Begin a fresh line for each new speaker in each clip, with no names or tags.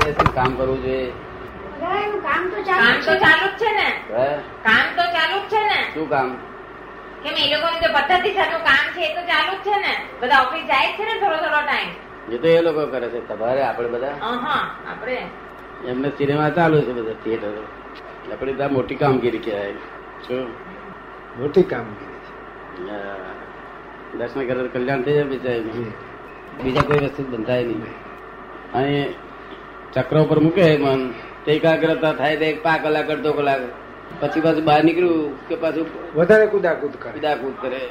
શું કામ કરવું જોઈએ
બધાયનું કામ તો
કામ
ચાલુ જ છે.
તો ચાલુ જ છે ને
હે?
કામ તો ચાલુ જ છે ને
શું કામ
કેમ એ લોકોની જે પદ્ધતિ સાથે કામ છે એ તો ચાલુ જ છે ને બધા ઓફિસ જાય જ છે ને થોડો થોડો ટાઈમ
એ તો એ લોકો કરે છે તમારે આપણે બધા
અહં, આપણે
એમને સિનેમા ચાલુ છે બધા થિયેટરો આપણી ત્યાં મોટી કામગીરી કહેવાય શું
મોટી કામગીરી
હા. દર્શન કરે તો કલ્યાણ થઈ જાય બિચારી
છે
બીજા કોઈ વસ્તુ બંધાય નહીં અહીં ચક્ર ઉપર મૂકે મન તે એકાગ્રતા થાય તો એક પા કલાક અડધો કલાક પછી પાછું બહાર નીકળ્યું કે પાછું
વધારે કુદાકુદ કરે
કૂદાકૂદ કરે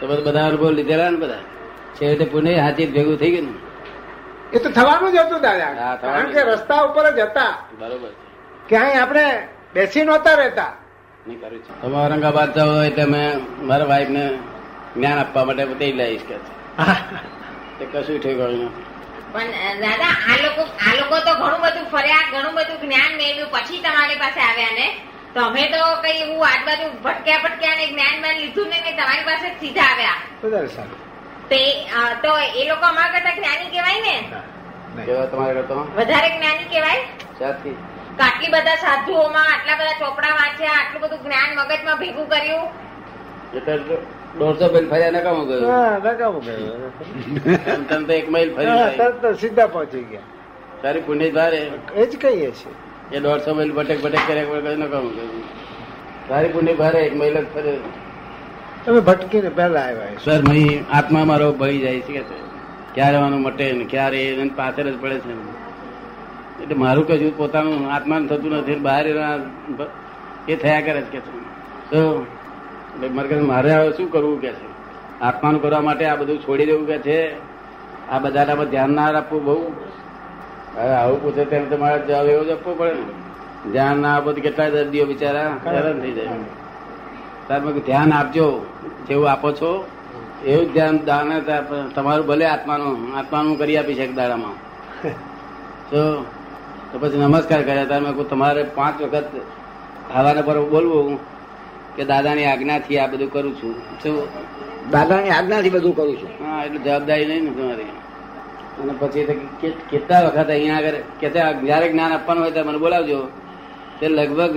તો બધા બધા અનુભવ લીધેલા ને બધા છેવટે પુણે હાથી ભેગું થઈ ગયું
એ તો થવાનું જ હતું
હા,
દાદા
થવાનું
કારણ કે
જ.
રસ્તા ઉપર જ હતા
ને બરોબર છે
ક્યાંય આપણે બેસી નહોતા રહેતા
નહીં કર્યું છે તમે ઔરંગાબાદ જાઓ એટલે મેં મારા વાઈફને જ્ઞાન આપવા માટે તે લઈશ કે છે. તે કશું ઠેકાણું નથી.
પણ અ, દાદા આ લોકો આ લોકો તો ઘણું બધું ફર્યા ઘણું બધું જ્ઞાન મેળવ્યું પછી તમારી પાસે આવ્યા ને તો અમે તો કઈ એવું આજુબાજુ ભટક્યા ભટક્યા ને જ્ઞાન જ્ઞાન લીધું ને એટલે તમારી પાસે જ સીધા આવ્યા
વધારે સારું
તે અ, તો એ લોકો અમારા કરતા જ્ઞાની કહેવાય ને
ના, નહીં.
કેવા તમારે કરતો
વધારે જ્ઞાની કહેવાય
સાચી
તો આટલી બધા સાધુઓમાં આટલા બધા ચોપડા વાંચ્યા આટલું બધું જ્ઞાન મગજમાં ભેગું કર્યું
એટલે તો દોઢસો બેન ફર્યા ને કામ ગયું
હા, નકામું કર્યું.
તમે તો એક માઇલ ફરી
હા,
જાય.
તરત જ સીધા પહોંચી ગયા
તારી પુણ્ય ભારે
એ જ કહીએ છીએ
એ દોઢસો માઇલ ભટક ભટક કર્યા વગર કશું ન કામ ગયું તારી પુણ્ય ભારે એક માઇલ જ ફરે
તમે ભટકીને પહેલા આવ્યા છો.
સર મહી આત્મા મારો ભળી જાય છે કે છે. ક્યારે વાનું મટે ને ક્યારે એને પાછળ જ પડે છે એટલે મારું કશું પોતાનું આત્માન થતું નથી ને બહાર એના ભ- એ થયા કરે છે કે છે. તો એટલે મારે કહે છે, મારે હવે શું કરવું કે છે આત્માનું કરવા માટે આ બધું છોડી દેવું કે છે આ બધાના ધ્યાન ના આપવું બહુ હવે આવું પૂછે તેમ તમારે જવાબ એવો જ આપવો પડે ને ધ્યાન ના આપો તો કેટલા દર્દીઓ બિચારા હેરાન થઈ જાય તાર મેં કીધું ધ્યાન આપજો જેવું આપો છો એવું જ ધ્યાન દાને તા- તમારું ભલે આત્માનું આત્માનું કરી આપી છે એક દાડામાં તો તો પછી નમસ્કાર કર્યા તાર મેં કીધું તમારે પાંચ વખત હવાને પર બોલવું કે દાદાની આજ્ઞાથી આ બધું કરું છું શું
દાદાની આજ્ઞાથી બધું કરું છું
હા એટલે જવાબદારી નહીં ને તમારી અને પછી તો કે- કેટલા વખત અહીંયા આગળ કે તે જયારે જ્ઞાન આપવાનું હોય ત્યારે મને બોલાવજો તે લગભગ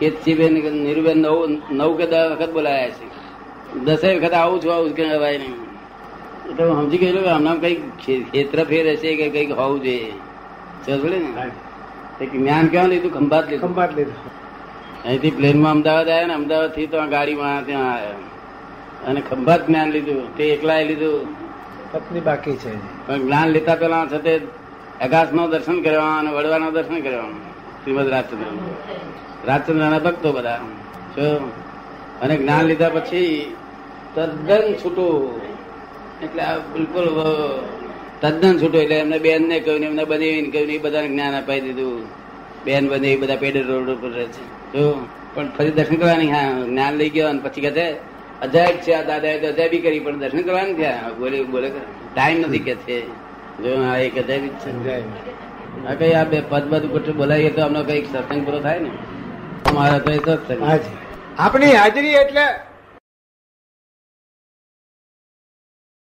કેતસીબેન નીરુબેન નવ નવ કે દસ વખત બોલાયા છે દસે વખત આવું છું આવું છું કે અવાય નહીં એટલે હું સમજી ગયેલો કે આમનામ કંઈક ખે- ક્ષેત્રફેર હશે કે કંઈક હોવું જોઈએ સમજ પડી ને તે જ્ઞાન કેવા લીધું ખંભાત લીધું
ખંભાત લીધું
અહીંથી પ્લેનમાં અમદાવાદ આવ્યા ને અમદાવાદ થી તો ગાડીમાં ત્યાં આવ્યા અને ખંભાત જ્ઞાન લીધું તે એકલાએ લીધું
પત્ની બાકી છે હજી.
પણ જ્ઞાન લેતા પેલા છતે અગાસ નો દર્શન કરવા અને વડવા નો દર્શન કરવાનું શ્રીમદ રાજચંદ્ર રાજચંદ્ર ના ભક્તો બધા જો અને જ્ઞાન લીધા પછી તદ્દન છૂટું એટલે આ બિલકુલ વ- તદ્દન છૂટું એટલે એમને બેન ને કહ્યું ને એમને બનેવીને કહ્યું ને એ બધાને જ્ઞાન અપાઈ દીધું બેન બને એ બધા પેડે રોડ ઉપર રહે છે જો પણ ફરી દર્શન કરવાની હા જ્ઞાન લઈ ગયો અને પછી કહે છે, અજાયબ છે આ દાદાએ તો અજાયબી કરી પણ દર્શન કરવાની ત્યાં બોલે બોલે કરે. ટાઈમ નથી કે છે જો આ એક અજાયબી જ છે
સમજાય નહીં.
આ કઈ આ બે પદ પદ ઉપર બોલાવીએ તો અમને કઈક સત્સંગ પૂરો થાય ને મારા તો એ સત્સંગ
હાજી આપણી હાજરી એટલે